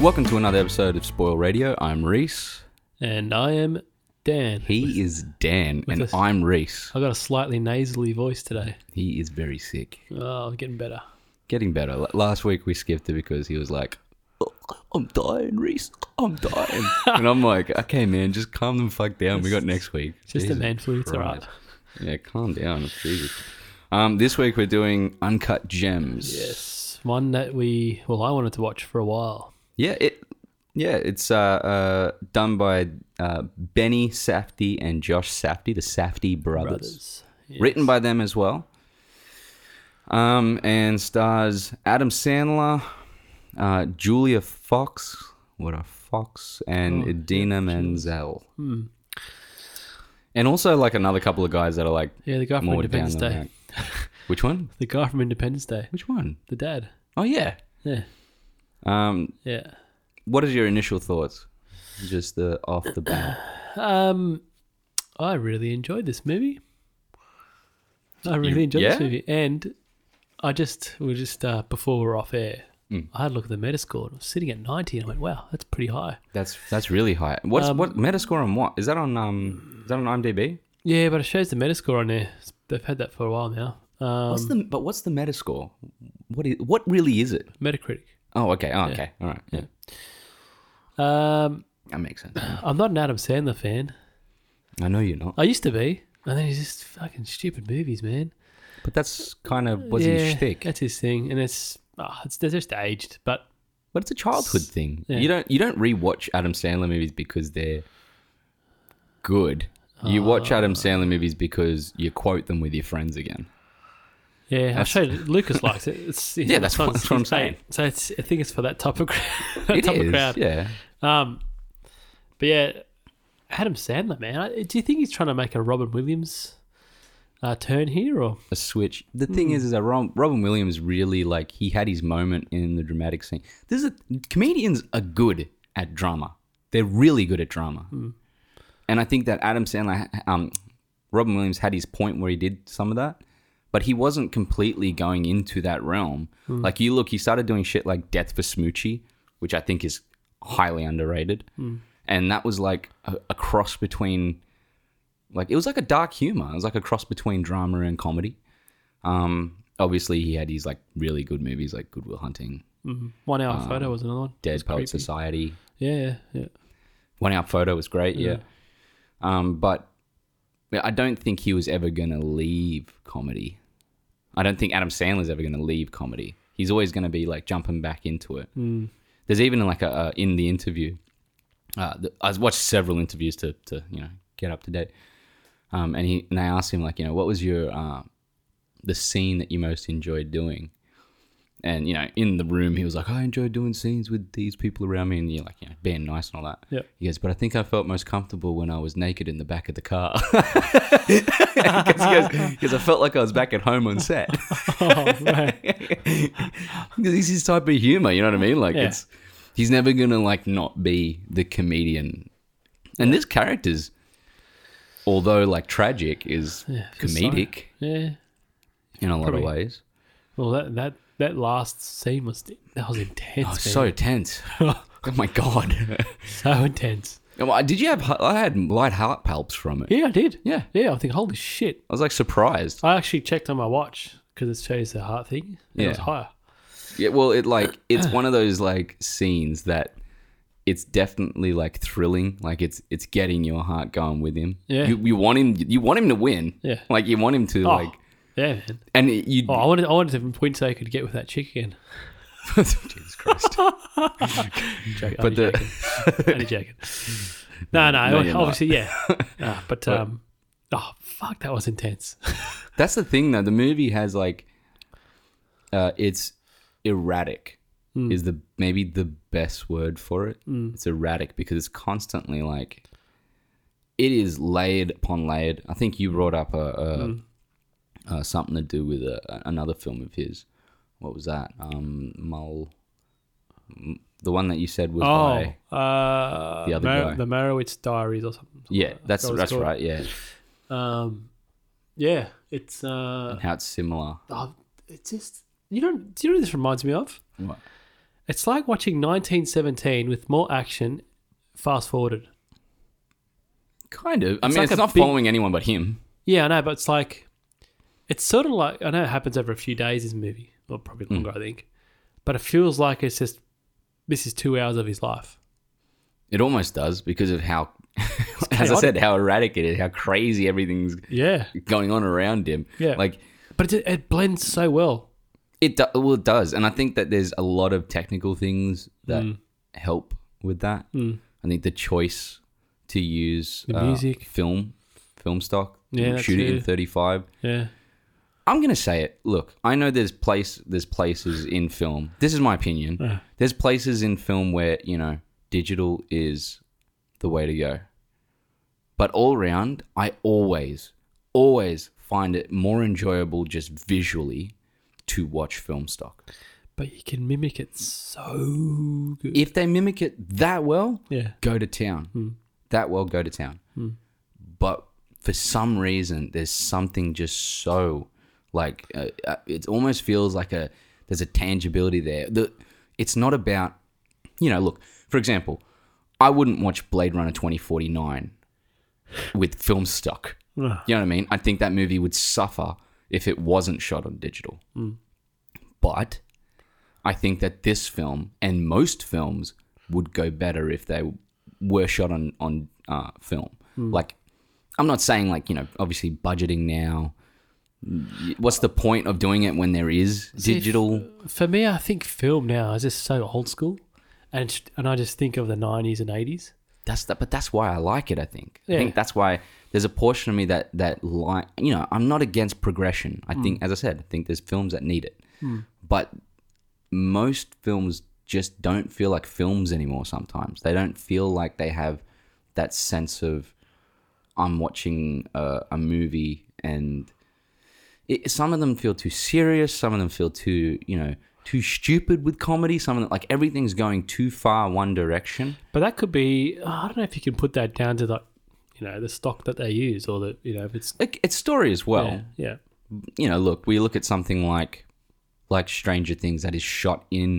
Welcome to another episode of Spoil Radio. I'm Reese. And I am Dan. He is Dan, and us. I'm Reese. I got a slightly nasally voice today. He is very sick. Oh, I'm getting better. Getting better. L- Last week we skipped it because he was like, "Oh, I'm dying, Reese. I'm dying. and I'm like, okay, man, just calm the fuck down. We got next week. It's just Jesus a man flu. It's all right. Christ. Yeah, calm down. Jesus. Um, this week we're doing Uncut Gems. Yes. One that we, well, I wanted to watch for a while. Yeah, it. Yeah, it's uh, uh, done by uh, Benny Safdie and Josh Safdie, the Safdie brothers. Brothers. Yeah. written by them as well. Um, and stars Adam Sandler, uh, Julia Fox, what a Fox, and Idina Menzel. And also like another couple of guys that are like Yeah, the guy from more down Independence the Day. route. Which one? The guy from Independence Day. Which one? The dad. Oh yeah. Yeah. Um, Yeah. what is your initial thoughts? Just the off the bat. Um, I really enjoyed this movie. I really enjoyed this yeah? movie, and I just we were just uh, before we were off air, Mm. I had a look at the Metascore. And it was sitting at ninety, and I went, "Wow, that's pretty high." That's that's really high. What's Um, what Metascore on what? Is that on um is that on IMDb? Yeah, but it shows the Metascore on there. It's- They've had that for a while now. Um, What's the but what's the Metascore? What is what really is it? Metacritic. Oh, okay. Oh, okay. All right. Yeah. Um, That makes sense. I'm not an Adam Sandler fan. I know you're not. I used to be, and then he's just fucking stupid movies, man. But that's kind of was yeah, his shtick. That's his thing, and it's ah, it's they're just aged, but But it's a childhood thing. yeah. You don't you don't rewatch Adam Sandler movies because they're good. You watch Adam Sandler movies because you quote them with your friends again. Yeah, I showed Lucas likes it. It's, you Yeah, know, that's so what- that's what I'm it's- saying. So it's, I think it's for that type of crowd. that It type is, of crowd. Yeah. Um, but yeah, Adam Sandler, man. I, do you think he's trying to make a Robin Williams uh, turn here, or A switch. The thing is, is that Rob, Robin Williams really like he had his moment in the dramatic scene. This is a, comedians are good at drama. They're really good at drama, and I think that Adam Sandler, um, Robin Williams had his point where he did some of that, but he wasn't completely going into that realm. Like you look, he started doing shit like Death for Smoochie, which I think is highly underrated, and that was like a, a cross between. Like it was like a dark humor. It was like a cross between drama and comedy. Um, obviously he had these like really good movies like Goodwill Hunting, One Hour Uh, Photo was another one? Dead It's Poet creepy. Society. Yeah, yeah, yeah. One Hour Photo was great, yeah. Um, but yeah, I don't think he was ever gonna leave comedy. I don't think Adam Sandler's ever gonna leave comedy. He's always gonna be like jumping back into it. Hmm. There's even like a uh, in the interview. Uh, th- I watched several interviews to to you know get up to date. Um, and he and they asked him like you know what was your uh, the scene that you most enjoyed doing. And you know, in the room, he was like, "Oh, "I enjoy doing scenes with these people around me," and you're like, you know, being nice and all that. Yeah. He goes, "But I think I felt most comfortable when I was naked in the back of the car." Because I felt like I was back at home on set. Oh, right. Because he's his type of humor, you know what I mean? Like Yeah. it's he's never gonna like not be the comedian. And this character's although like tragic is it's comedic Yeah. in a lot Probably- of ways. Well, that that that last scene was that was intense. Oh, so man. tense. oh my god. so intense. Oh, I- Did you have hu- I had light heart palps from it. Yeah, I did. Yeah. yeah. I think holy shit. I was like surprised. I actually checked on my watch because it shows the heart thing. And Yeah. It was higher. Yeah, well, it like it's one of those like scenes that it's definitely like thrilling. Like it's it's getting your heart going with him. Yeah. you, you want him you want him to win. Yeah. like you want him to Oh, like yeah, man. and it- you. Oh, I wanted, I wanted to point so I could get with that chick again. Jesus Christ! Joke, But but the- the only joking. No, no, No, you're obviously, yeah. Nah, but um, oh fuck, that was intense. That's the thing though. The movie has like, uh, it's erratic. Hmm. Is the maybe the best word for it? It's erratic because it's constantly like, it is layered upon layered. I think you brought up a, a Hmm. uh, something to do with a, another film of his. What was that? Um, Mul. m- The one that you said was by. oh, uh, The other guy. the Marowitz Diaries or something. Yeah, that's what it's that's called. right. Yeah, Um, yeah, it's uh, how it's similar. oh, it's just you don't. Do you know what this reminds me of? What? It's like watching 1917 with more action, fast forwarded. Kind of. I mean, like it's a not big- following anyone but him. Yeah, I know, but it's like, it's sort of like I know it happens over a few days. This movie, or probably longer, I think, but it feels like it's just this is two hours of his life. It almost does because of how, as I chaotic. said, how erratic it is, how crazy everything's Yeah, going on around him. Yeah. Like but it, it blends so well. it, do- well, it does, and I think that there's a lot of technical things that Mm. help with that. I think the choice to use The uh, music. film, film stock, Yeah, to that shoot it in too. 35. Yeah, I'm gonna say it. Look, I know there's place there's places in film. This is my opinion. There's places in film where you know digital is the way to go. But all round, I always, always find it more enjoyable just visually to watch film stock. but you can mimic it so good. If they mimic it that well, yeah, go to town. That well, go to town. But for some reason, there's something just so like uh, uh, it almost feels like a there's a tangibility there. The it's not about you know. Look, for example, I wouldn't watch Blade Runner 2049 with film stock. Ah, You know what I mean? I think that movie would suffer if it wasn't shot on digital. But I think that this film and most films would go better if they were shot on on uh, film. Like, I'm not saying like you know, obviously budgeting now. What's the point of doing it when there is See, f- digital? For me, I think film now is just so old school, and it's- and I just think of the 90s and 80s. that's that but that's why i like it i think i Yeah. think that's why there's a portion of me that that like you know i'm not against progression i think as i said i think there's films that need it but most films just don't feel like films anymore sometimes they don't feel like they have that sense of i'm watching a, a movie and it, some of them feel too serious some of them feel too you know too stupid with comedy some of them like everything's going too far one direction But that could be oh, I don't know if you can put that down to like you know the stock that they use or the you know if it's Like, it's story as well yeah, yeah. you know, look, we look at something like like Stranger Things that is shot in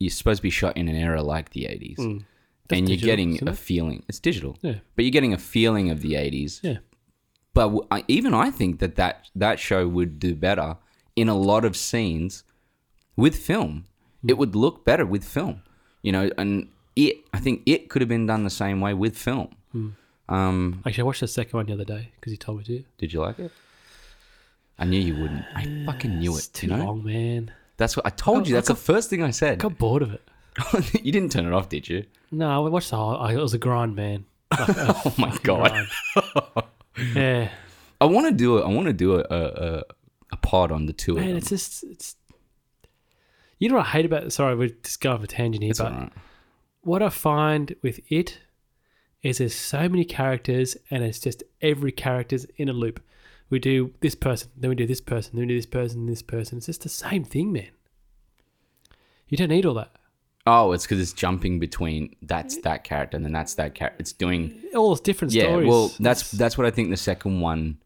you're supposed to be shot in an era like the 80s. and you're Mm. digital, getting isn't a it? feeling. It's digital. Yeah. But you're getting a feeling of the 80s. Yeah. But w I even I think that, that that show would do better in a lot of scenes with film. Mm. It would look better with film, you know. And it, I think, it could have been done the same way with film. Mm. Um, Actually, I watched the second one the other day because you told me to. did you like it? I knew you wouldn't. I fucking knew it. It's too you know? long, man. That's what I Oh, told you. That's the first thing I said. Got bored of it. you didn't turn it off, did you? No, I watched the whole. I, it was a grind, man. Oh my god! Grind. Hmm. yeah, I want to do it. I want to do a, a a- a pod on the two of man. them. It's just it's. You know what I hate about? Sorry, we're just going off a tangent here, It's but all right. what I find with it is there's so many characters and it's just every character's in a loop. We do this person, then we do this person, then we do this person, this person. It's just the same thing, man. You don't need all that. Oh, it's because it's jumping between that's that character and then that's that character. It's doing All those different yeah. stories. Well, that's that's what I think the second one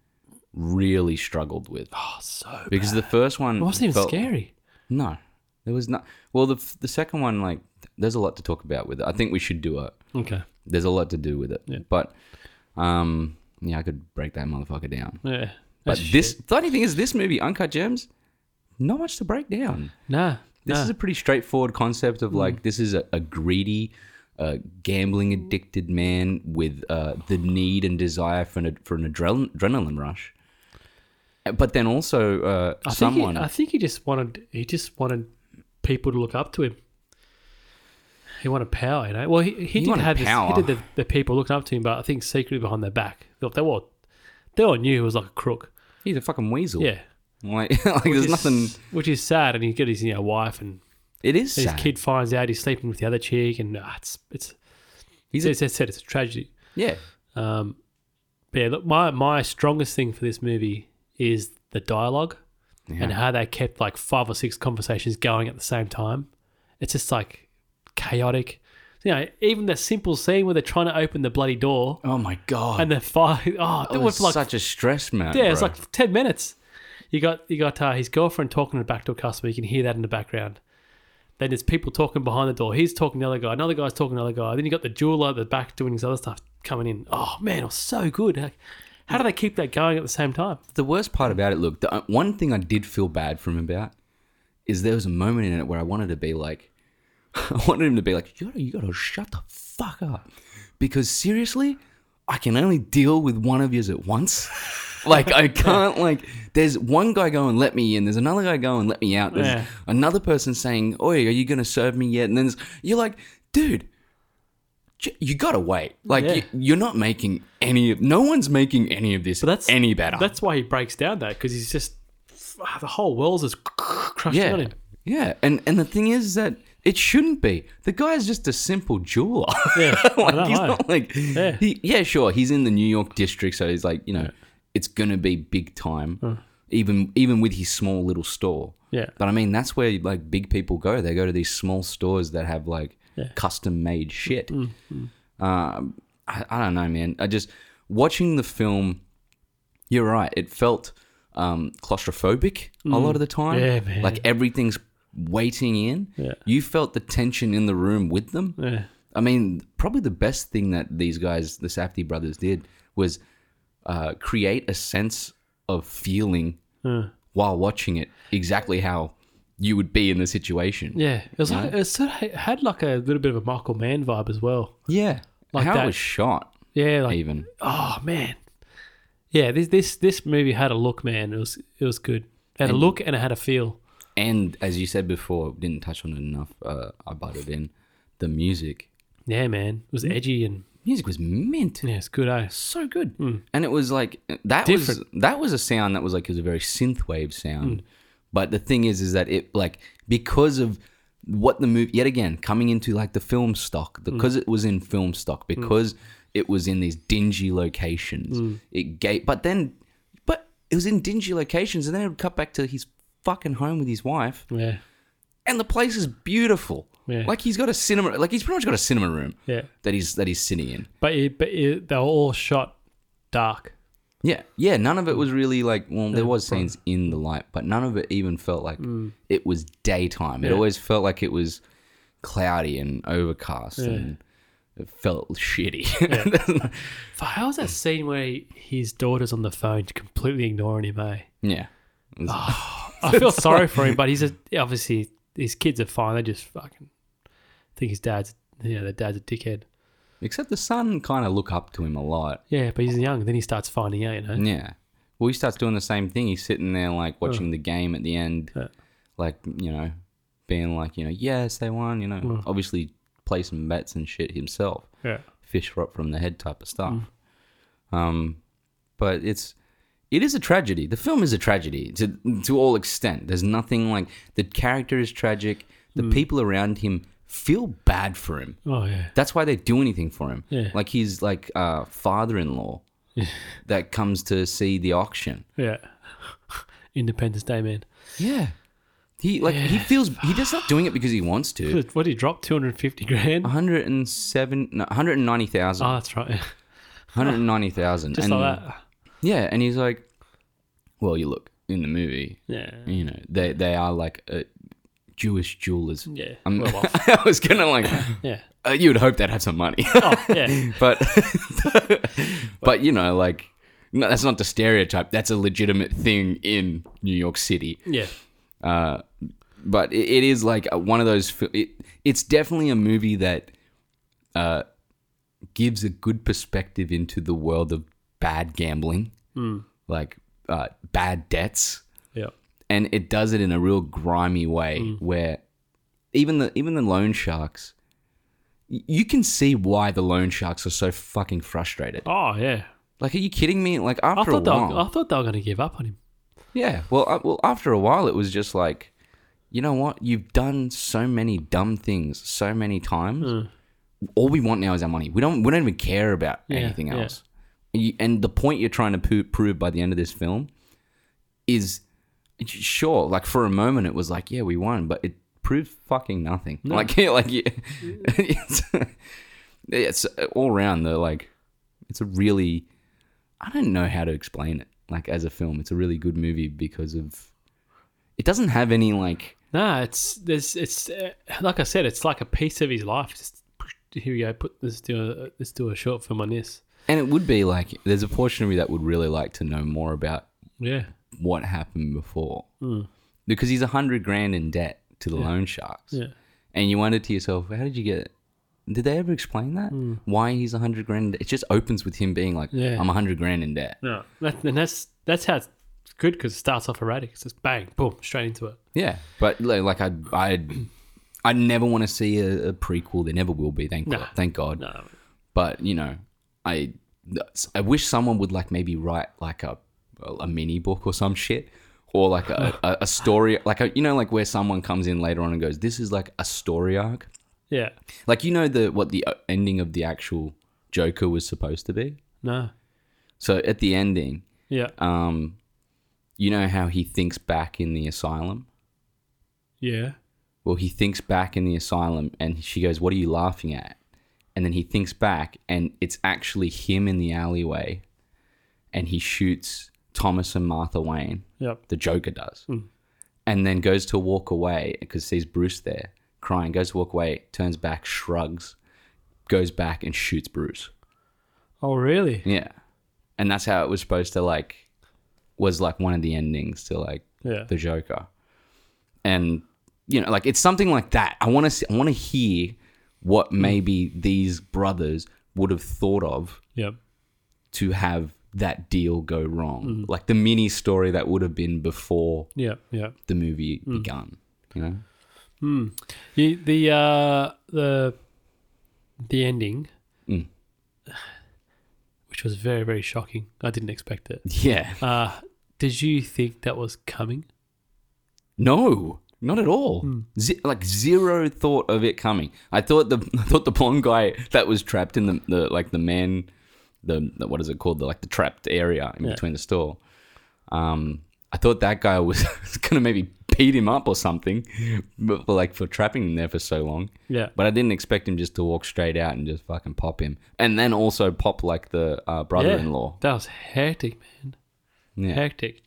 really struggled with oh, so because the first one it wasn't even felt- scary. No, there was not. Well, the f- the second one like there's a lot to talk about with it. I think we should do it. Okay. There's a lot to do with it. Yeah. But um, yeah, I could break that motherfucker down. Yeah. But That's this shit. the only thing is this movie, Uncut Gems, not much to break down. nah. This nah. Hmm. is a pretty straightforward concept of like this is a, a greedy, uh, gambling addicted man with uh, the need and desire for an ad- for an adrenal- adrenaline rush. Uh, But then also uh, I think he- someone. I think he just wanted he just wanted people to look up to him. He wanted power, you know. Well, he, he, did wanted have this, power. he did the, the people looking up to him, but I think secretly behind their back, look, they all they all knew he was like a crook. he's a fucking weasel. Yeah, Like, like there's Which is- nothing. which is sad. And he got his you know wife, and It is his sad. kid finds out he's sleeping with the other chick, and ah, it's it's He's he's a- it's, it's, it's a tragedy. Yeah. Um, but yeah, look, my my strongest thing for this movie is the dialogue and how they kept like five or six conversations going at the same time. It's just like chaotic. You know, even the simple scene where they're trying to open the bloody door Oh my god. and they're fighting. Oh, that that was was like such a stress, man. yeah, it's bro. like ten minutes. You got you got uh, his girlfriend talking to the back door customer. You can hear that in the background. Then there's people talking behind the door. He's talking to the other guy. Another guy's talking to another guy. Then you got the jeweler at the back doing his other stuff coming in. Oh man, it was so good. Like, How do they keep that going at the same time? The worst part about it, look, the uh, one thing I did feel bad for him about is there was a moment in it where I wanted to be like, I wanted him to be like, you gotta, you gotta shut the fuck up. Because seriously, I can only deal with one of yous at once. Like I can't like there's one guy going, let me in, there's another guy going, let me out. There's Yeah. another person saying, Oi, are you gonna serve me yet? And then there's- you're like, dude, j- you gotta wait. Like Yeah. you, you're not making any of no one's making any of this But that's- any better. That's why he breaks down that because he's just ah, the whole world's just crushing yeah. on him. Yeah. And and the thing is that it shouldn't be. The guy's just a simple jeweler. Yeah, I like know, he's I- not like Yeah. he, yeah sure he's in the new york district so he's like you know it's gonna be big time even even with his small little store Yeah. but i mean that's where like big people go they go to these small stores that have like custom made shit Mm, um I, I don't know man i just watching the film you're right it felt um claustrophobic a lot of the time Mm. Yeah, man. like everything's waiting in Yeah. you felt the tension in the room with them Yeah. I mean, probably the best thing that these guys, the Safdie brothers, did was uh, create a sense of feeling while watching it, exactly how you would be in the situation. Yeah, it was like it, was sort of, it had like a little bit of a Michael Mann vibe as well. Yeah. Like how that. it was shot, Yeah, like even. oh man, yeah. This this this movie had a look, man. It was it was good. It had a look and it had a feel. And as you said before, didn't touch on it enough. Uh, I butted in the music. Yeah, man, it was edgy and Music was mint. yeah, it's good. Eh? so good. And it was like that was that was a sound that was like it was a very synthwave sound. Hmm. But the thing is, is that it like because of what the movie yet again coming into like the film Hmm. stock because it was in film stock because it was in these dingy locations. Hmm. It gave, but then, but it was in dingy locations, and then it would cut back to his fucking home with his wife, Yeah, and the place is beautiful. Yeah. Like he's got a cinema, like he's pretty much got a cinema room yeah. that he's that he's sitting in. But it, but it, they were all shot dark. Yeah, yeah. None of it was really like. Well, there was scenes in the light, but none of it even felt like it was daytime. It Hmm. Yeah. always felt like it was cloudy and overcast, and it felt shitty. Yeah. F- How was that scene where he- his daughter's on the phone, completely ignoring him? Eh? It was- I feel sorry for him, but he's a, obviously his kids are fine. They just fucking think his dad's yeah, their dad's a dickhead. Except the son kind of look up to him a lot. Yeah, but he's young. Then he starts finding out, you know. Yeah. Well, he starts doing the same thing. He's sitting there like watching the game at the end, Yeah. like you know, being like you know, yes, they won. You know, Hmm. obviously play some bets and shit himself. Yeah. fish rot from the head type of stuff. Mm. Um, but it's it is a tragedy. The film is a tragedy to to all extent. There's nothing like the character is tragic. The Mm. people around him feel bad for him. Oh yeah. That's why they do anything for him. Yeah. Like he's like uh, father-in-law that comes to see the auction. Yeah. Independence Day, man. Yeah. He like he feels he just not doing it because he wants to. What did he drop? Two hundred fifty Uh-huh. grand. 107 no, 190,000 Oh, that's right. yeah. 190,000 Just and uh, like that. Yeah, and he's like, "Well, you look in the movie, Yeah. you know, they they are like uh Jewish jewelers." Yeah. I'm, well off. I was gonna like, Yeah. uh, you would hope they'd have some money, Oh yeah. but but you know, like, no, that's not the stereotype. That's a legitimate thing in New York City. Yeah. Uh, but it, it is like uh, one of those. fi- It, it's definitely a movie that uh, gives a good perspective into the world of bad gambling, Hmm. like uh, bad debts, Yeah. and it does it in a real grimy way Hmm. where even the even the loan sharks. y- You can see why the loan sharks are so fucking frustrated. Oh yeah. Like, are you kidding me? Like I after a thought they while, were, I thought they were going to give up on him. yeah. Well, uh, well, after a while, it was just like, you know what? You've done so many dumb things so many times. Hmm. All we want now is our money. We don't. We don't even care about anything yeah. else. And, you, and the point you're trying to po- prove by the end of this film is, sure, like for a moment it was like, yeah, we won, but it proved fucking nothing. Like, like, yeah, Mm. it's, it's all around the like. It's a really I don't know how to explain it. Like as a film, it's a really good movie because of it doesn't have any like Nah, it's there's it's uh, like I said, it's like a piece of his life. Just here we go. Put let's do a let's do a short film on this. And it would be like there's a portion of me that would really like to know more about Yeah, what happened before. Because he's a hundred grand in debt to the loan sharks. Hmm. yeah. And you wonder to yourself, how did you get did they ever explain that? Why he's a hundred grand in debt? It just opens with him being like, Hmm. Yeah. I'm a hundred grand in debt. No, that, and that's that's how it's good because it starts off erratic. It's just bang, boom, straight into it. Yeah. But li- like I I I never want to see a, a prequel. There never will be, thank God. Thank God. No, But, you know, I I wish someone would like maybe write like a a mini book or some shit. Or like a, a, a story, like a, you know, like where someone comes in later on and goes, "This is like a story arc." yeah, Like you know the what the uh, ending of the actual Joker was supposed to be. no, So at the ending, yeah, um, you know how he thinks back in the asylum. yeah, Well, he thinks back in the asylum, and she goes, "What are you laughing at?" And then he thinks back, and it's actually him in the alleyway, and he shoots Thomas and Martha Wayne. yep, The Joker does, and then goes to walk away because sees Bruce there crying. Goes to walk away, turns back, shrugs, goes back and shoots Bruce. Oh, really? Yeah. And that's how it was supposed to like was like one of the endings to like Yeah. the Joker. And you know, like it's something like that. I want to I want to hear what maybe these brothers would have thought of Yep. to have that deal go wrong. Like the mini story that would have been before Yep. Yep. the movie begun, you know? The the uh, the the ending, Mm. which was very very shocking. I didn't expect it. Yeah. Uh, did you think that was coming? No, not at all. Ze- like zero thought of it coming. I thought the I thought the blonde guy that was trapped in the, the like the man, the, the what is it called? The like the trapped area in Yeah. between the store. Um, I thought that guy was gonna maybe beat him up or something, but for like for trapping him there for so long. Yeah. But I didn't expect him just to walk straight out and just fucking pop him, and then also pop like the uh, brother-in-law. That was hectic, man. Yeah. Hectic.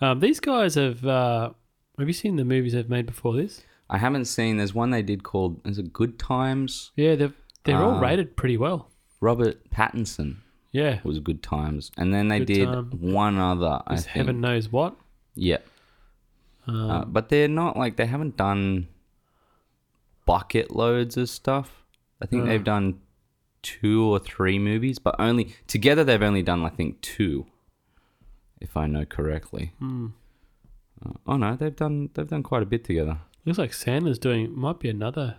Um, these guys have. Uh, have you seen the movies they've made before this? I haven't seen. There's one they did called "Is it Good Times?" Yeah, they're they're all Ah. rated pretty well. Robert Pattinson. Yeah, was good times, and then they Good did Time. one other. I it's think. heaven knows what. Yeah, uh, um, but they're not like they haven't done bucket loads of stuff. I think they've done two or three movies, but only together they've only done I think two, if I know correctly. Hmm. Uh, oh no, they've done they've done quite a bit together. Looks like Sandler's doing might be another.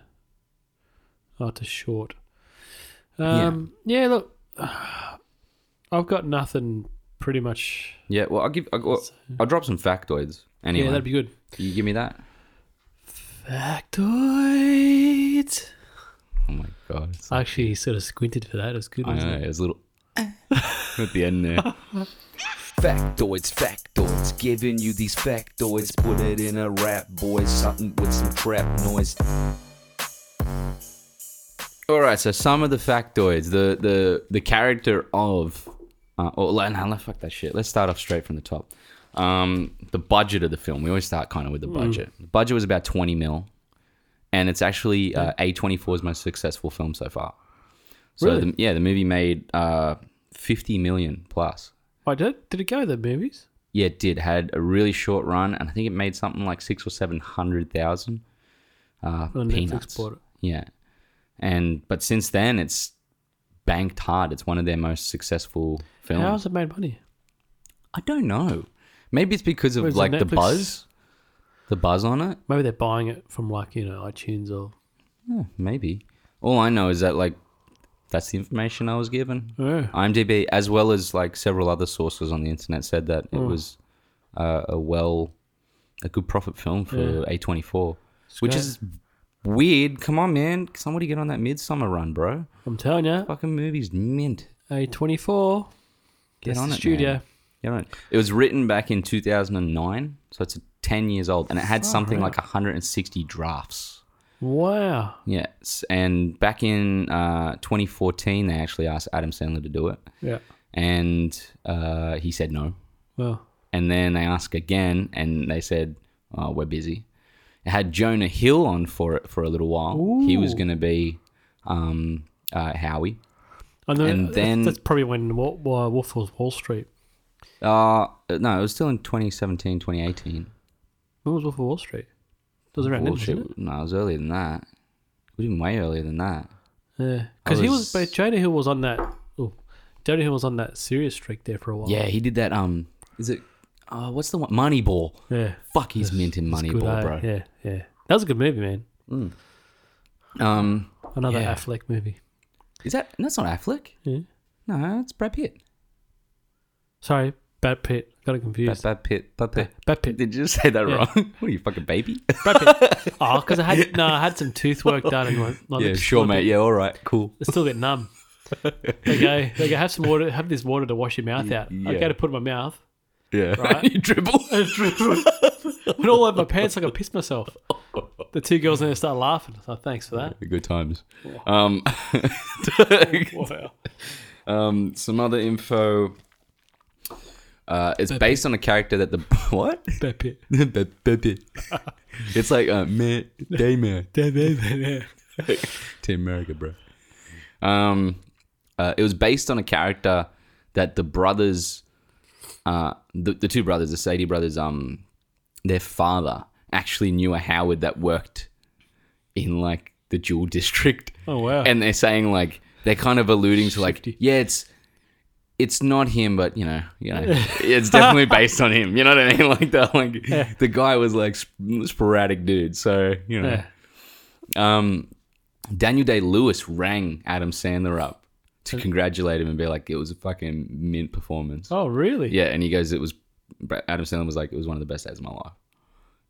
Oh, it's a short. Um, yeah. look, I've got nothing pretty much. Yeah, well I'll give I'll, I'll drop some factoids anyway. Yeah, that'd be good. you give me that. Factoid. Oh my god, it's I actually sort of squinted for that. It was good, I wasn't know, it? it was a little at the end there. Factoids, factoids, giving you these factoids. Put it in a rap, boys, something with some trap noise. All right, so some of the factoids, the the the character of, uh, oh no, no, fuck that shit. Let's start off straight from the top. Um, the budget of the film. We always start kind of with the budget. The budget was about twenty mil, and it's actually uh, A24's most successful film so far. So Really? the, yeah, the movie made uh, fifty million plus. Wait, did, did it go the movies? Yeah, it did. Had a really short run, and I think it made something like six or seven hundred thousand. Uh, Netflix peanuts. bought it. Yeah, and but since then it's banked hard. It's one of their most successful films. How's it made money? I don't know. Maybe it's because of Wait, is it like the Netflix? buzz, the buzz on it. Maybe they're buying it from like you know iTunes or. Yeah, Hmm, maybe. All I know is that like that's the information I was given. Yeah. IMDb, as well as like several other sources on the internet, said that Hmm. it was uh, a well, a good profit film for A24, which great. is weird. Come on, man! Somebody get on that midsummer run, bro. I'm telling you, Fucking movies mint. A24. Get That's on the it, studio. man. Get on it. It was written back in 2009, so it's 10 years old, and it had something like 160 drafts. Wow. Yes, and back in uh, 2014, they actually asked Adam Sandler to do it, Yeah. and uh, he said no. Well. And then they asked again, and they said, oh, "We're busy." It had Jonah Hill on for it for a little while. He was going to be um, uh, Howie. And, then, And that's- then- that's probably when Wa- Wa- Wolf was Wall Street. Uh, no, it was still in 2017, 2018. When was Wolf of Wall Street? It was around then, wasn't it? Bullshit. No, it was earlier than that. It was even way earlier than that. Yeah, because he was- was. But Jonah Hill was on that. Oh, Jonah Hill was on that serious streak there for a while. Yeah, he did that. Um, is it? Uh, what's the one? Moneyball. yeah. Fuck, he's mint in It's good, eh? Moneyball, bro. Yeah, yeah. That was a good movie, man. Um, Another Yeah. Affleck movie. is that? That's not Affleck. Yeah. No, it's Brad Pitt. Sorry, Brad Pitt. Got Brad, it confused. Brad Pitt. Brad Pitt. Brad Pitt. Did you just say that Yeah. wrong? what are you fucking baby? Brad Pitt. oh, because I had no, I had some tooth work done and my, my lips still a bit- Yeah, all right, cool. It's still a bit numb. they go, they go, have some water, have this water to wash your mouth out. I yeah. go to put it in my mouth. Yeah, Right. you dribble. Put it all over my pants like I pissed myurself. The two girls in there start laughing. So thanks for that. Good times. Um, Wow. um, some other info. Uh, it's based on a character that the what? Brad Pitt. Brad- Brad Pitt. it's like uh, man, day man. to America, bro. Um, uh, it was based on a character that the brothers, uh, the, the two brothers, the Sadie brothers, um, their father actually knew a Howard that worked in like the jewel district, Oh wow. and they're saying like they're kind of alluding to like, yeah, it's it's not him, but you know, you know, it's definitely based on him. You know what I mean? Like the like the guy was like sp- sporadic dude, so you know. yeah. Um, Daniel Day Lewis rang Adam Sandler up to congratulate him and be like, it was a fucking mint performance. Oh really? Yeah, and he goes, it was. Adam Sandler was like, it was one of the best days of my life.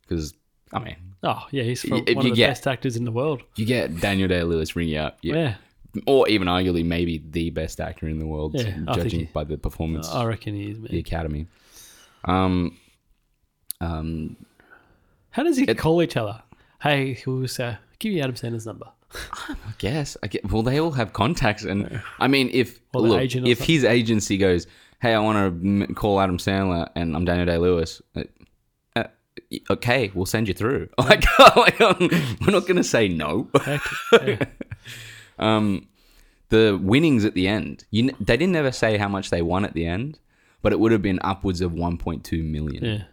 Because, I mean, Oh yeah. He's from If one you of the get- best actors in the world. you get Daniel Day Lewis ringing you up. Yeah. Yeah. Or even arguably, maybe the best actor in the world, Yeah, I think judging he- by the performance I reckon he is. the Man. Academy. Um, um, How does he call each other? Hey, who's uh, give you Adam Sandler's number? I guess. I get, well, they all have contacts, and I mean, if Or their look, agent or if his agency goes, "Hey, I want to call Adam Sandler," and I'm Daniel Day Lewis, uh, uh, okay, we'll send you through. Like, like, um, we're not going to say no. Heck, yeah. Um, the winnings at the end, you, kn- they didn't ever say how much they won at the end, but it would have been upwards of 1.2 million. yeah.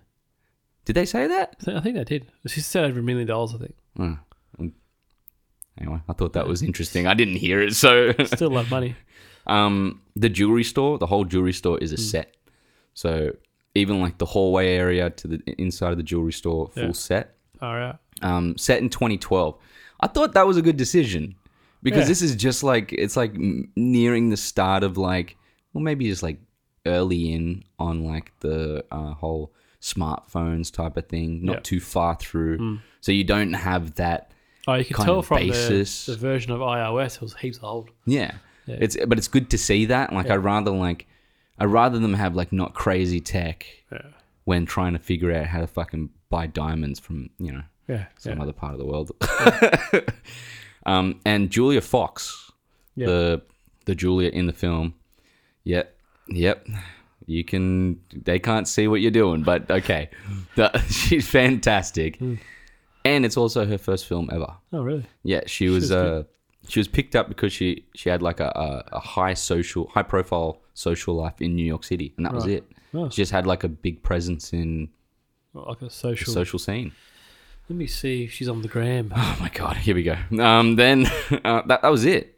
Did they say that? I thi- I think they did. She said over a million dollars. I think. Oh, um, Anyway, I thought that was interesting. I didn't hear it, so Still a lot of money. Um, the jewelry store, the whole jewelry store Hmm. is a set. So even like the hallway area to the inside of the jewelry store, full Yeah. set. All right. Um, set in 2012. I thought that was a good decision because Yeah. this is just like it's like m- nearing the start of like, well, maybe just like early in on like the uh, whole smartphones type of thing, not Yeah. Hmm. too far through. So you don't have that. Oh, you can kind tell of from the, basis. the version of iOS it was heaps old. Yeah. It's but it's good to see that. Like I'd rather like I'd rather them have like not crazy tech when trying to figure out how to fucking buy diamonds from, you know, Yeah. some other part of the world. um and Julia Fox, Yeah. the the Julia in the film. Yep. Yep. You can they can't see what you're doing, but okay. The- she's fantastic. Hmm. And it's also her first film ever. Oh, really? Yeah, she was uh, she was picked up because she she had like a, a, a high social, high profile social life in New York City, and that was it. She just had like a big presence in Like a social. social scene. Let me see if she's on the gram. Oh my god, here we go. Um, then uh, that that was it.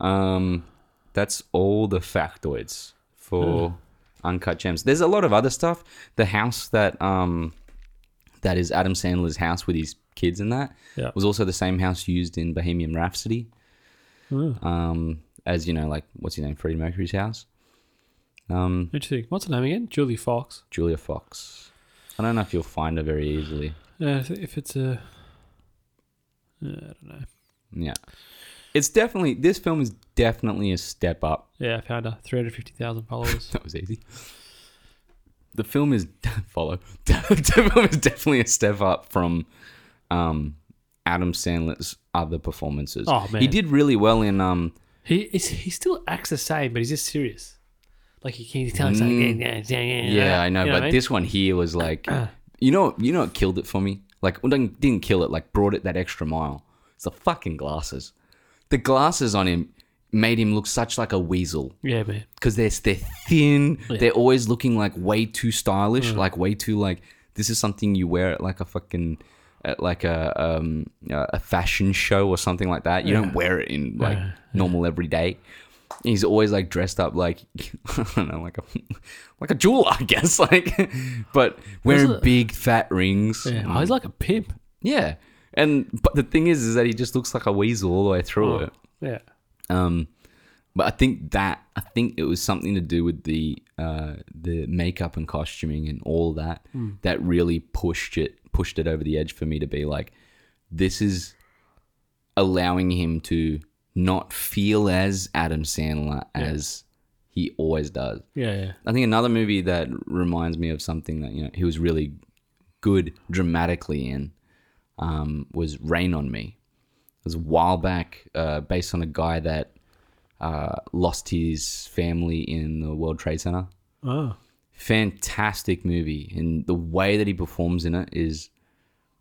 Um, that's all the factoids for Uncut Gems. There's a lot of other stuff. The house that um that is Adam Sandler's house with his kids in that Yeah. was also the same house used in Bohemian Rhapsody. Um, as you know, like what's his name, Freddie Mercury's house. Um, Interesting. What's her name again? Julie Fox. Julia Fox. I don't know if you'll find her very easily. Yeah, Uh, if- if it's a. Yeah, I don't know. Yeah, it's definitely this film is definitely a step up Yeah, I found her. 350,000 followers. That was easy. The film is follow. the film is definitely a step up from um, Adam Sandler's other performances. Oh, he man. did really well in um. he is, he still acts the same, but he's just serious. Like, he can tell he's like, yeah, yeah, yeah, Mm. Yeah, I know, You but what mean? this one here was like, you know, you know, what killed it for me. Like, well, didn't didn't kill it, like, brought it that extra mile. It's the fucking glasses. The glasses on him made him look such like a weasel Yeah, man. because they're they're thin. They're always looking like way too stylish, like way too like this is something you wear at like a fucking at like a um uh, a fashion show or something like that. You don't wear it in like normal everyday. He's always like dressed up like I don't know, like a like a jeweler, I guess. Like, but wearing it- big fat rings. Mm. Yeah. Oh, he's like a pimp. Yeah. And but the thing is, is that he just looks like a weasel all the way through Oh. it. Yeah. Um, but I think that I think it was something to do with the uh, the makeup and costuming and all that that really pushed it pushed it over the edge for me to be like, this is allowing him to not feel as Adam Sandler as he always does. Yeah, yeah. I think another movie that reminds me of something that you know he was really good dramatically in um, was Rain on Me. It was a while back, uh, based on a guy that uh, lost his family in the World Trade Center. Oh. Fantastic movie, and the way that he performs in it is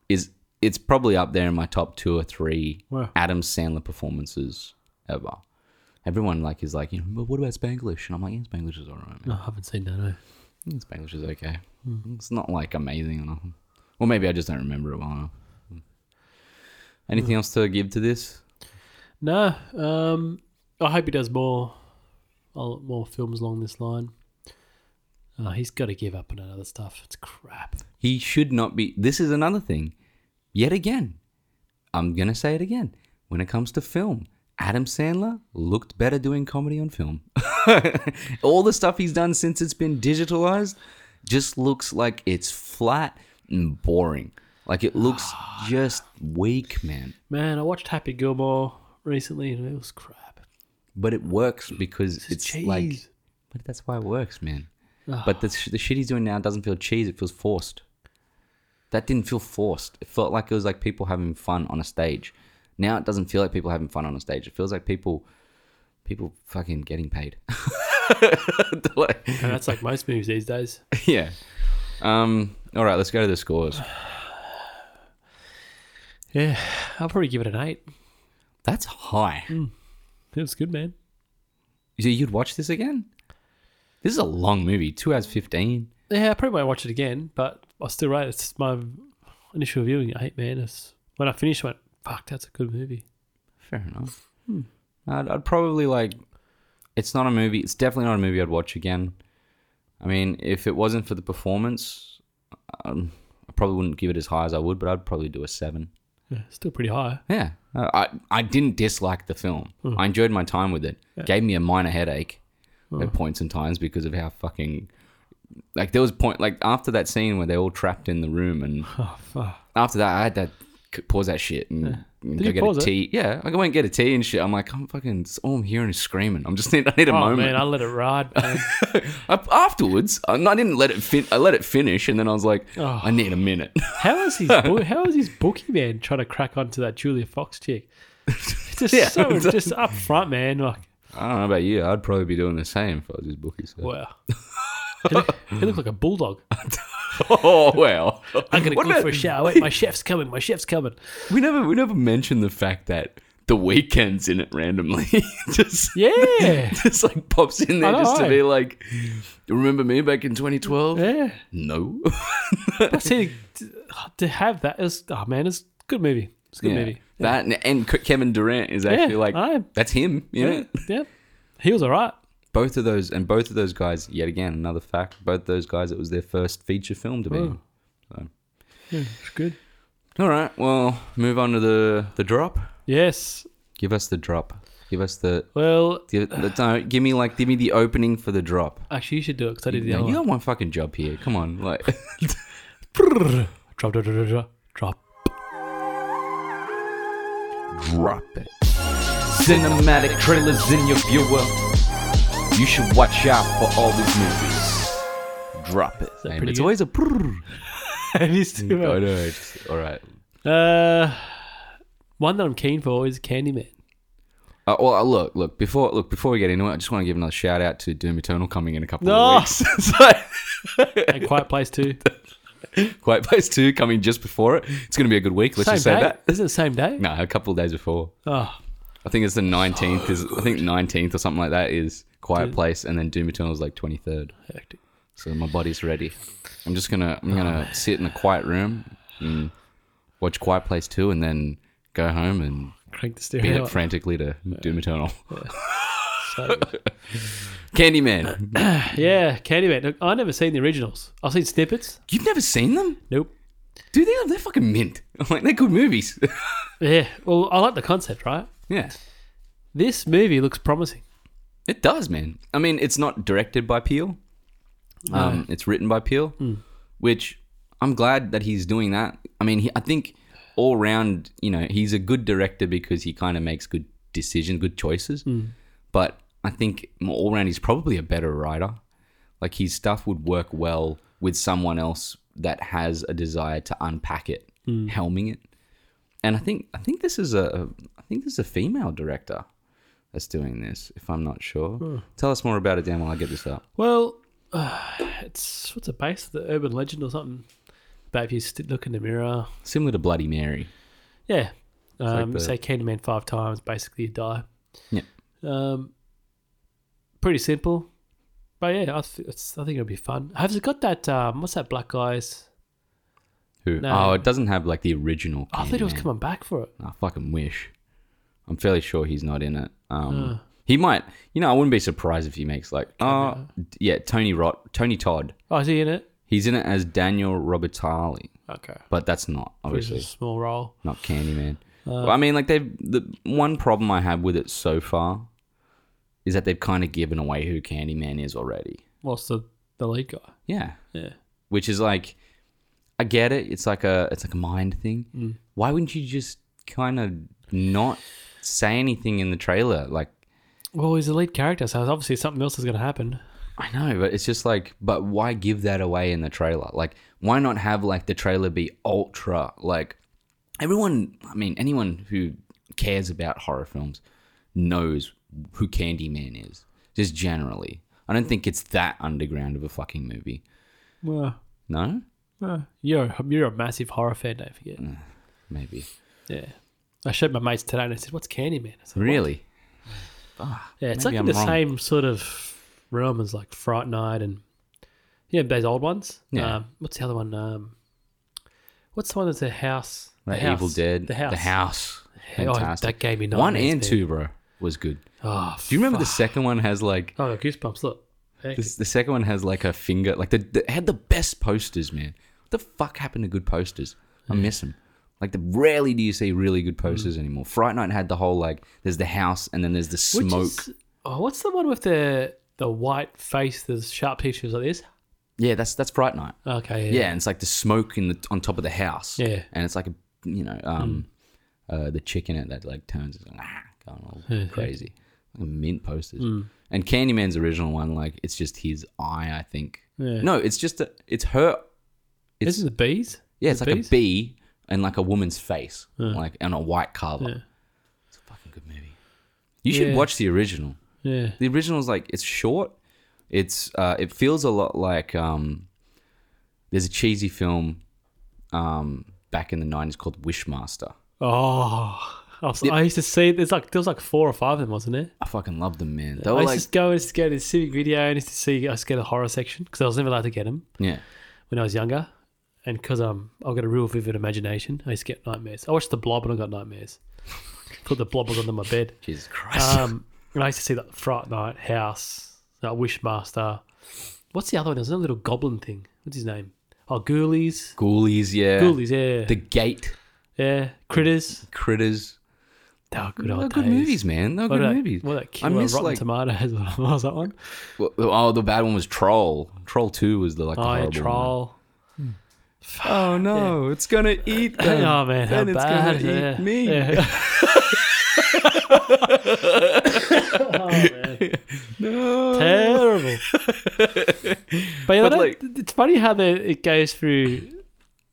is it's probably up there in my top two or three Wow. Adam Sandler performances ever. Everyone like is like, you know, but what about Spanglish? And I'm like, yeah, Spanglish is alright. man. No, I haven't seen that, no. Mm, Spanglish is okay. It's not like amazing or nothing. Or maybe I just don't remember it well enough. Mm. Anything else to give to this? No. Um, I hope he does more uh, more films along this line. Uh, he's got to give up on that other stuff. It's crap. He should not be. This is another thing. Yet again, I'm going to say it again. When it comes to film, Adam Sandler looked better doing comedy on film. All the stuff he's done since it's been digitalized just looks like it's flat and boring. Like it looks just weak, man. Man, I watched Happy Gilmore recently and it was crap. But it works because It's, it's cheese. like But that's why it works, man. But the, sh- the shit he's doing now doesn't feel cheese. It feels forced. That didn't feel forced. It felt like it was like people having fun on a stage. Now it doesn't feel like people having fun on a stage. It feels like people, people fucking getting paid. Like, and that's like most movies these days. yeah. Um. All right. Let's go to the scores. Yeah, I'll probably give it an eight. That's high. It was good, man. So you'd watch this again? This is a long movie. Two hours fifteen. Yeah, I probably won't watch it again, but I still rate it. It's my initial viewing at eight, man. It's, when I finished, I went, fuck, that's a good movie. Fair enough. I'd, I'd probably like. It's not a movie. It's definitely not a movie I'd watch again. I mean, if it wasn't for the performance, um, I probably wouldn't give it as high as I would, but I'd probably do a seven. Yeah, it's still pretty high. Yeah, Uh, I I didn't dislike the film. I enjoyed my time with it. Gave me a minor headache at points and times because of how fucking like there was point like after that scene where they're all trapped in the room and Oh, fuck. after that, I had to c- pause that shit and, and Did go you get pause a it? tea. Yeah, like I went and get a tea and shit. I'm like, I'm fucking. All I'm hearing is screaming. I'm just need. I need a Oh, man, moment. I let it ride, man. I- afterwards, I, I didn't let it. Fin- I let it finish, and then I was like, Oh. I need a minute. How is his bo- how is his bookie man trying to crack onto that Julia Fox chick? Just Yeah. so just up front, man. Like I don't know about you. I'd probably be doing the same if I was his bookie. So. wow, he looked, he looked like a bulldog. Oh well. I'm gonna What go about- for a shower. Wait, my chef's coming. My chef's coming. We never. We never mentioned the fact that the weekends in it randomly. just Yeah, Just like pops in there I know, just to eh? be like, remember me back in 2012? yeah. No. But see, to, to have that is oh man, it's a good movie. It's a good Yeah. movie. That and, and K- Kevin Durant is actually like I- that's him. You know, Yeah, he was all right. both of those and both of those guys. Yet again, another fact. Both of those guys. It was their first feature film to be. in. Yeah, it's good. All right. Well, move on to the the drop. Yes. Give us the drop. Give us the. Well, Give, the no, give me like give me the opening for the drop. actually, you should do it because I did the No, other you one. got one fucking job here. Come on, like Brrr. Drop, drop, drop, drop, drop. drop it. Cinematic trailers in your viewer. You should watch out for all these movies. Drop it. that Name. pretty It's good? always a. Prrr. It is too much. I know. it's- all right. Uh, one that I'm keen for is Candyman. Uh, well, uh, look, look before look before we get into it, I just want to give another shout out to Doom Eternal coming in a couple No. of weeks. so, And Quiet Place Two. Quiet Place 2 coming just before it. It's going to be a good week. Let's same just say day? that. Is it the same day? No, a couple of days before. Oh, I think it's the 19th. is, I think 19th or something like that is Quiet Place, and then Doom Eternal is like 23rd. hectic. So my body's ready. I'm just gonna I'm gonna sit in a quiet room and watch Quiet Place 2 and then go home and Crank the beat stereo it up. frantically to Doom Eternal. So- Candyman. yeah, Candyman. Look, I've never seen the originals. I've seen snippets. You've never seen them? Nope. Dude, they're, they're fucking mint. Like they're good movies. Yeah. Well, I like the concept, right? yeah. This movie looks promising. It does, man. I mean, it's not directed by Peel. Um, it's written by Peel, which I'm glad that he's doing that. I mean, he, I think all round, you know, he's a good director because he kind of makes good decisions, good choices. But I think more all round, he's probably a better writer. Like his stuff would work well with someone else that has a desire to unpack it, helming it. And I think I think this is a I think this is a female director that's doing this. If I'm not sure, Hmm. tell us more about it, Dan, while I get this up. Well, uh, it's what's it based? The urban legend or something about if you st- look in the mirror. Similar to Bloody Mary. Yeah. Um, the- Say Candyman five times, basically you die. Yeah. Um, pretty simple. But yeah, I, th- it's, I think it'll be fun. Has it got that, um, what's that black guy's? Who? No. Oh, it doesn't have like the original. Oh, I thought it was Candyman. coming back for it. I fucking wish. I'm fairly sure he's not in it. Um, He might. You know, I wouldn't be surprised if he makes like. Oh, d- yeah, Tony Rot, Tony Todd. Oh, is he in it? He's in it as Daniel Robertali, Okay. but that's not It's obviously a small role. not Candyman. Uh. Well, I mean, like they've the one problem I have with it so far is that they've kind of given away who Candyman is already. What's the, the lead guy? Yeah. Yeah. which is like I get it. It's like a it's like a mind thing. Why wouldn't you just kind of not say anything in the trailer? Like Well, he's the lead character, so obviously something else is going to happen. I know, but it's just like, but why give that away in the trailer? Like, why not have like the trailer be ultra like everyone? I mean, anyone who cares about horror films knows who Candyman is. Just generally, I don't think it's that underground of a fucking movie. Well, No, you're, you're a massive horror fan, don't forget. Mm. maybe Yeah. I showed my mates today and I said, What's Candyman? I said, really. Yeah, Maybe it's like in I'm the wrong. same sort of realm as like Fright Night and yeah, those old ones. Yeah. Um, what's the other one? Um, what's the one that's a house? The Like house. Evil Dead. The house. The house. Oh, Fantastic. that gave me one nightmares, and man. two, bro, was good. Oh, Do you remember the second one has like Oh, I got goosebumps. Look. Heck. this, the second one has like a finger like the, the it had the best posters, man. What the fuck happened to good posters? I miss them. Like the rarely do you see really good Mm. posters anymore. Fright Night had the whole like there's the house and then there's the Which smoke. is- oh, what's the one with the the white face, the sharp teeth she was like this? Yeah, that's that's Fright Night. Okay. Yeah, and it's like the smoke in the on top of the house. Yeah. and it's like a you know um, uh, the chicken it that like turns it's like, ah, going all crazy. Like mint posters Mm. and Candyman's original one like it's just his eye. I think Yeah. no, it's just a, it's her. It's Isn't it the bees? yeah, it's the like bees? a bee and like a woman's face, like on a white cover. It's a fucking good movie. You should Yeah. watch the original. Yeah. The original's like it's short. It's uh, it feels a lot like um, there's a cheesy film um, back in the '90s called Wishmaster. Oh. I, was- I used to see there's like there was like four or five of them, wasn't there? I fucking love them, man. They were I Oh, like, used to go, I used to go to the civic video and used to see I used to go to the horror section because I was never allowed to get them yeah, when I was younger, and because um I've got a real vivid imagination, I used to get nightmares. I watched the Blob and I got nightmares. Put the Blob was under my bed. Jesus Christ. Um, and I used to see that Fright Night House, uh, Wishmaster. What's the other one? There's another little goblin thing. What's his name? Oh, Ghoulies. Ghoulies, yeah. Ghoulies, yeah, The Gate, yeah. Critters. Critters. They were good They were old good days. movies, man. They were What good that, movies. What that I killer miss Rotten like Tomatoes? What was that one? well, oh, the bad one was Troll. Troll Two was the like the Oh, yeah, horrible one. Troll. Oh no, it's gonna eat oh man, how then it's gonna bad! eat yeah. me. Yeah. oh man, No. terrible. but, you But, know, like- it's funny how the, it goes through.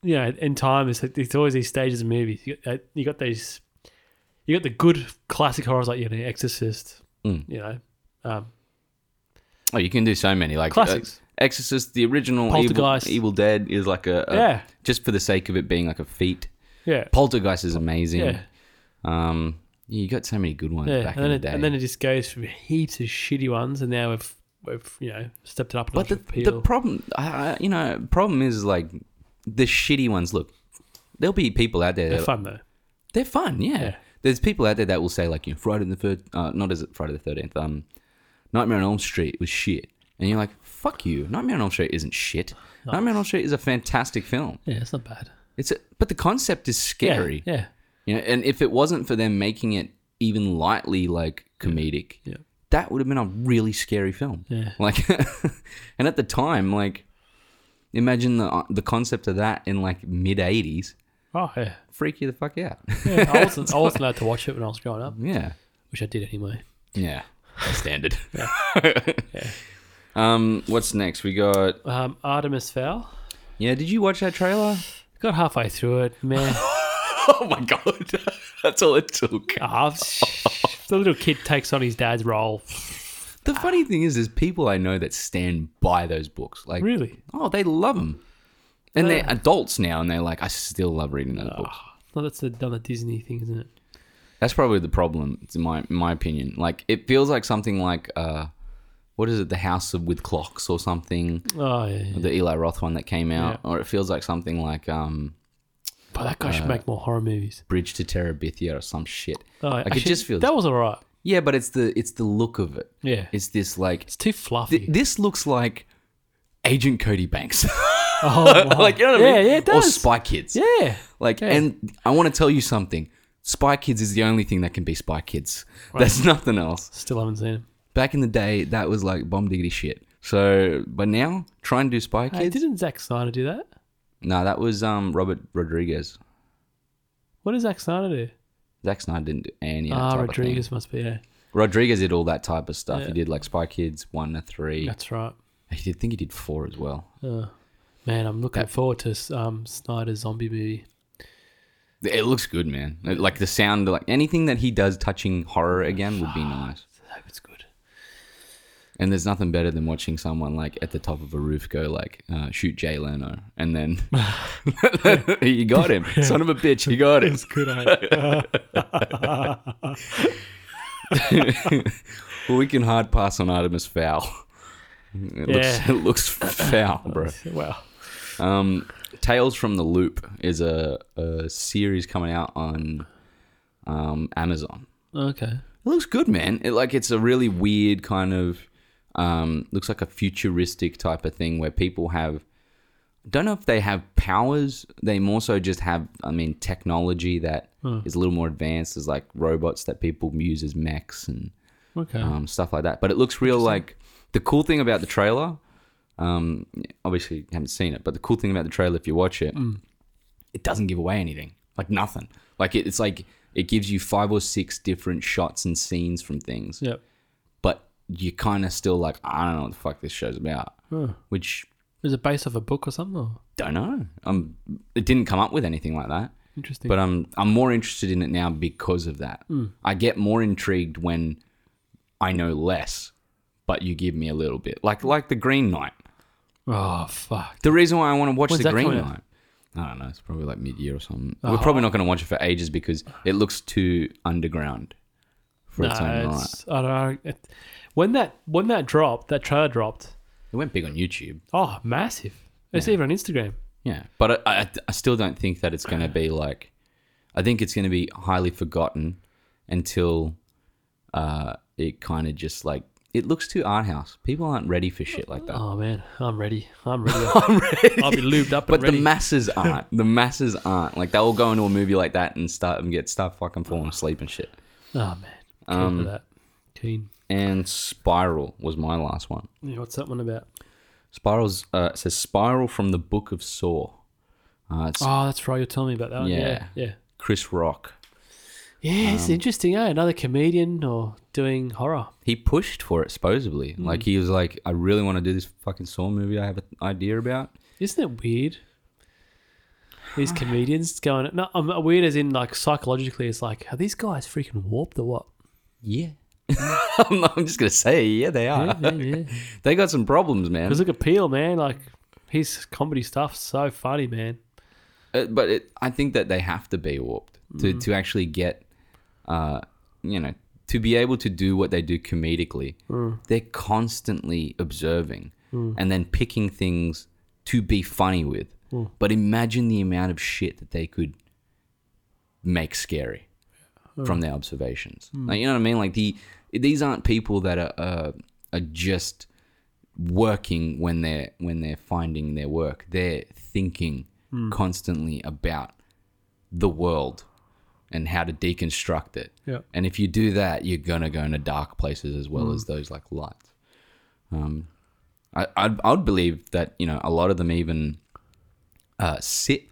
You know, in time, it's like, it's always these stages of movies. You got, that- you got these, you got the good classic horrors like you know, Exorcist. Mm. You know, um, Oh, you can do so many like uh, Classics. Exorcist, the original Evil, Poltergeist. Evil Dead is like a, a- Yeah. just for the sake of it being like a feat. Yeah. Poltergeist is amazing. Yeah. Um, you got so many good ones Yeah. back And then, in it, the day. and then it just goes from heaps of shitty ones, and now we've, we've you know, stepped it up a but notch the, with Peel. the problem, I, I- you know, problem is like the shitty ones. Look, there'll be people out there. They're That, fun, though. they're fun, yeah. Yeah. There's people out there that will say like, you know, Friday the third, uh, not as Friday the Thirteenth, um, Nightmare on Elm Street was shit, and you're like, fuck you, Nightmare on Elm Street isn't shit. Nightmare on Elm Street is a fantastic film. Yeah, it's not bad. It's a, but the concept is Yeah, scary. Yeah. You know, and if it wasn't for them making it even lightly like comedic, Yeah. that would have been a really scary film. Yeah. Like, and at the time, like, imagine the uh, the concept of that in like mid '80s, Oh, yeah. freak you the fuck out. yeah I, wasn't, I wasn't allowed to watch it when I was growing up, yeah, which I did anyway. yeah, standard. Um, what's next? We got Um, Artemis Fowl. yeah. Did you watch that trailer? Got halfway through it, man. Oh my god, that's all it took. Ah, the little kid takes on his dad's role. The funny thing is, there's people I know that stand by those books. Like, Really? Oh, they love them. And they're adults now, and they're like, I still love reading those books. No, that's the, done the Disney thing, isn't it? That's probably the problem, it's in my in my opinion. Like, it feels like something like, uh, what is it, The House of, with Clocks or something, Oh yeah. yeah. the Eli Roth one that came out, Yeah. or it feels like something like um, But that guy Uh, should make more horror movies. Bridge to Terabithia or some shit. Oh, like, it actually, just feels. that was all right. yeah, but it's the it's the look of it. Yeah, it's, It's this like too fluffy. th- this looks like Agent Cody Banks. oh, like you know what yeah, I mean? yeah, it Or does. Spy Kids. yeah, Like, and I want to tell you something. Spy Kids is the only thing that can be Spy Kids. There's nothing else. still haven't seen him. Back in the day, that was like bomb diggity shit. So, but now, try and do Spy Hey, Kids. didn't Zack Snyder do that? no, that was um Robert Rodriguez. What does Zack Snyder do? Zack Snyder didn't do any of that Ah, type of Rodriguez must be. Yeah, thing. Rodriguez did all that type of stuff. He Yeah. did like Spy Kids one to three. that's right. I did think he did four as well. Uh, man, I'm looking That- forward to um, Snyder's zombie movie. It looks good, man. It- Like the sound, like anything that he does touching horror again would be nice. I hope it's good. And there's nothing better than watching someone like at the top of a roof go like uh, shoot Jay Leno, and then you got him, son of a bitch, you got him. Good. Well, we can hard pass on Artemis Fowl. It looks Yeah. it looks foul, bro. wow. Um, Tales from the Loop is a, a series coming out on um, Amazon. Okay. It looks good, man. It, like it's a really weird kind of um, looks like a futuristic type of thing where people have don't know if they have powers. They more so just have I mean technology that is a little more advanced. There's like robots that people use as mechs and Okay. um, stuff like that. But it looks real. Like the cool thing about the trailer, um, obviously you haven't seen it, but the cool thing about the trailer, if you watch it, it doesn't give away anything. Like nothing. Like it, it's like it gives you five or six different shots and scenes from things, yep. but you kind of still like I don't know what the fuck this show's about, which Is it based off a book or something? Or? don't know. Um, it didn't come up with anything like that. Interesting. But I'm I'm more interested in it now because of that. Hmm. I get more intrigued when I know less, but you give me a little bit. Like like the Green Knight. oh fuck. The reason why I want to watch When's the that Green coming out? Oh. Knight. I don't know. It's probably like mid year or something. We're probably not going to watch it for ages because it looks too underground for its own No, right. it's, I don't know. It, when that when that dropped, that trailer dropped. It went big on YouTube. Oh, massive! It's even on Instagram. Yeah, but I, I, I still don't think that it's going to be like. I think it's going to be highly forgotten until uh, it kind of just like it looks too art house. People aren't ready for shit like that. Oh man, I'm ready. I'm ready. I'm ready. I'll be lubed up. but and ready. the masses aren't. the masses aren't. Like they'll go into a movie like that and start and get start fucking falling asleep and shit. oh man, keen Um, for that. Keen. And Spiral was my last one. Yeah, what's that one about? Spiral's uh, it says Spiral from the Book of Saw. Uh, it's Oh, that's right. You're telling me about that one. Yeah. Yeah, yeah. Chris Rock. Yeah, it's interesting. Eh? Another comedian or doing horror. he pushed for it supposedly. Mm. Like he was like, I really want to do this fucking Saw movie. I have an idea about. Isn't it weird? These comedians going um, no, I'm weird as in like psychologically. It's like are these guys freaking warped or what? Yeah, I'm, not- I'm just gonna say, yeah, they are. Yeah, yeah, yeah. They got some problems, man. Because look at Peel, man. Like his comedy stuff's so funny, man. Uh, but it, I think that they have to be warped Mm. to to actually get, uh, you know, to be able to do what they do comedically. Mm. They're constantly observing and then picking things to be funny with. Mm. But imagine the amount of shit that they could make scary from their observations. Like, you know what I mean? Like the these aren't people that are uh, are just working when they're when they're finding their work. They're thinking constantly about the world and how to deconstruct it. Yeah. And if you do that, you're gonna go into dark places as well as those like lights. Um, I I'd, I'd believe that you know a lot of them even uh, sit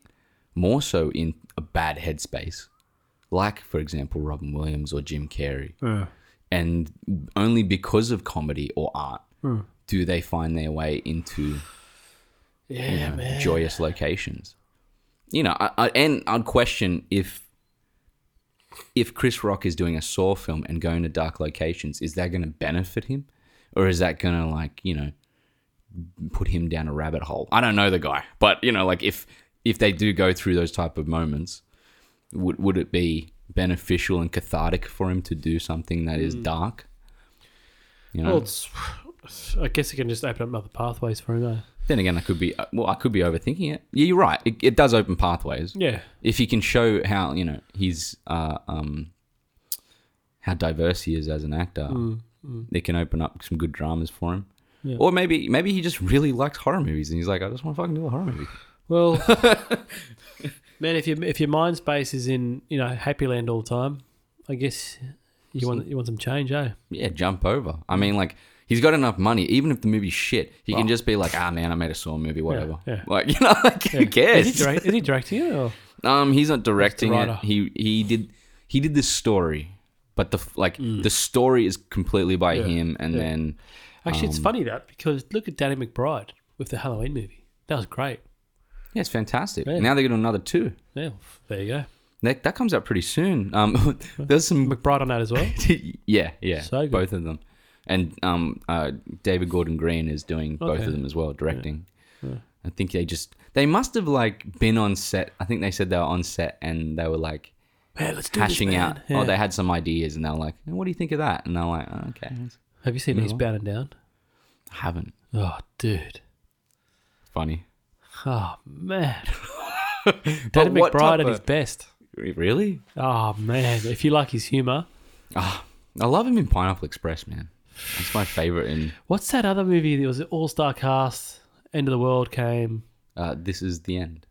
more so in a bad headspace, like for example Robin Williams or Jim Carrey, and only because of comedy or art do they find their way into Yeah, you know, joyous locations. You know, I, I, and I'd question if if Chris Rock is doing a Saw film and going to dark locations, is that going to benefit him, or is that going to like you know put him down a rabbit hole? I don't know the guy, but you know, like if if they do go through those type of moments, would would it be beneficial and cathartic for him to do something that is dark? You know, Well, it's, I guess it can just open up other pathways for him, eh? though. then again, I could be uh, well, I could be overthinking it. Yeah, you're right. It, it does open pathways. Yeah. if he can show how you know he's uh, um, how diverse he is as an actor, it can open up some good dramas for him. Mm, Yeah. Or maybe maybe he just really likes horror movies and he's like, I just want to fucking do a horror movie. Well, man, if your if your mind space is in you know happy land all the time, I guess you want you want some change, eh? Yeah, jump over. I mean, like he's got enough money. Even if the movie's shit, he can just be like, Ah, man, I made a Saw movie, whatever. yeah. Like you know, like who cares? Is he, direct, is he directing it or Um, he's not directing it. writer? He he did he did the story, but the f- like Mm. the story is completely by him, and then. actually it's funny that because look at Danny McBride with the Halloween movie. That was great. Yeah, it's fantastic. Yeah. Now they're going to another two. Yeah, there you go. That, that comes out pretty soon. Um, there's some. McBride on that as well. yeah, yeah, So good. both of them, and um, uh, David Gordon Green is doing both Okay. of them as well, directing. I think they just they must have like been on set. I think they said they were on set and they were like Man, let's do hashing this, man. out. Yeah. Oh, they had some ideas and they were like, "Eh, "What do you think of that?" And they're like, oh, "Okay, Have you seen He's Bound and Down? I haven't." Oh, dude. Funny. Oh man, But Danny what McBride type at of- his best. Really? Oh man, if you like his humor, Ah, I love him in Pineapple Express, man. That's my favorite. In what's that other movie that was an all star cast? End of the World came. uh, This Is the End.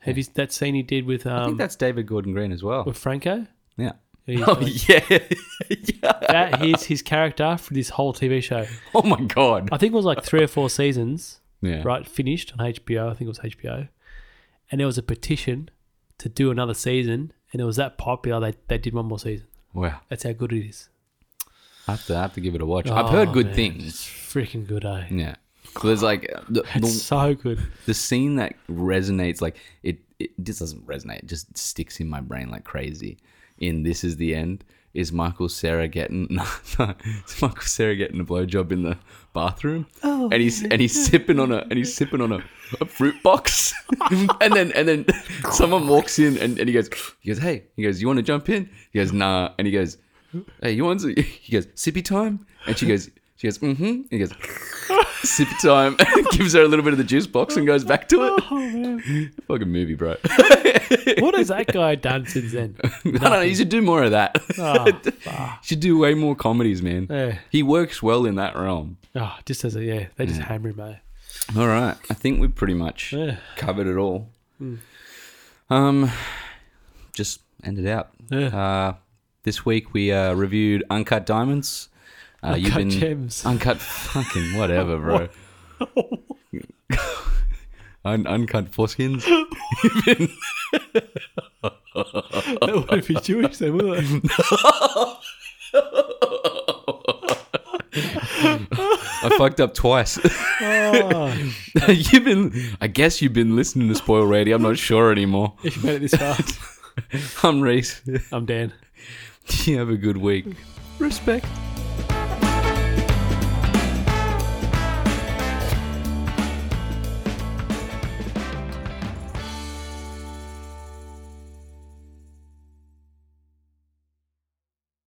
Have you that scene he did with I think um that's David Gordon Green as well. with Franco? Yeah. He's Oh like- yeah. yeah. that is his character for this whole TV show. Oh my god. I think it was like three or four seasons, Yeah. right? Finished on HBO. I think it was HBO, and there was a petition to do another season, and it was that popular they they did one more season. Wow. That's how good it is. I have to I have to give it a watch. I've heard Oh, good man, things. It's freaking good, eh? Yeah. So there's like uh, the, It's the, so good. the scene that resonates like it it just doesn't resonate. It just sticks in my brain like crazy. In this is the end is Michael Sarah getting no, no, it's Michael Sarah getting a blowjob in the bathroom. Oh, and he's and he's sipping on a and he's sipping on a, a fruit box, and then and then someone walks in and, and he goes he goes hey he goes you want to jump in he goes nah and he goes hey you want to he goes sippy time and she goes she goes mm hmm he goes sippy time and gives her a little bit of the juice box and goes back to it Oh man, fucking movie bro what has that guy done since then? I don't know you should do more of that Oh, you should do way more comedies man Yeah. he works well in that realm Oh, just as a yeah, they just hammer him, eh? All right. I think we've pretty much Yeah. Hmm. covered it all. Um, just end it out. Yeah. Uh, this week we uh, reviewed Uncut Diamonds. Uh, Uncut Gems. Uncut fucking whatever, bro. Un- uncut foreskins. that would have been Jewish then, wouldn't it? I fucked up twice. Oh, you've been, I guess you've been listening to Spoil Radio. I'm not sure anymore. if you made it this far, I'm Reese. I'm Dan. You have a good week. Respect.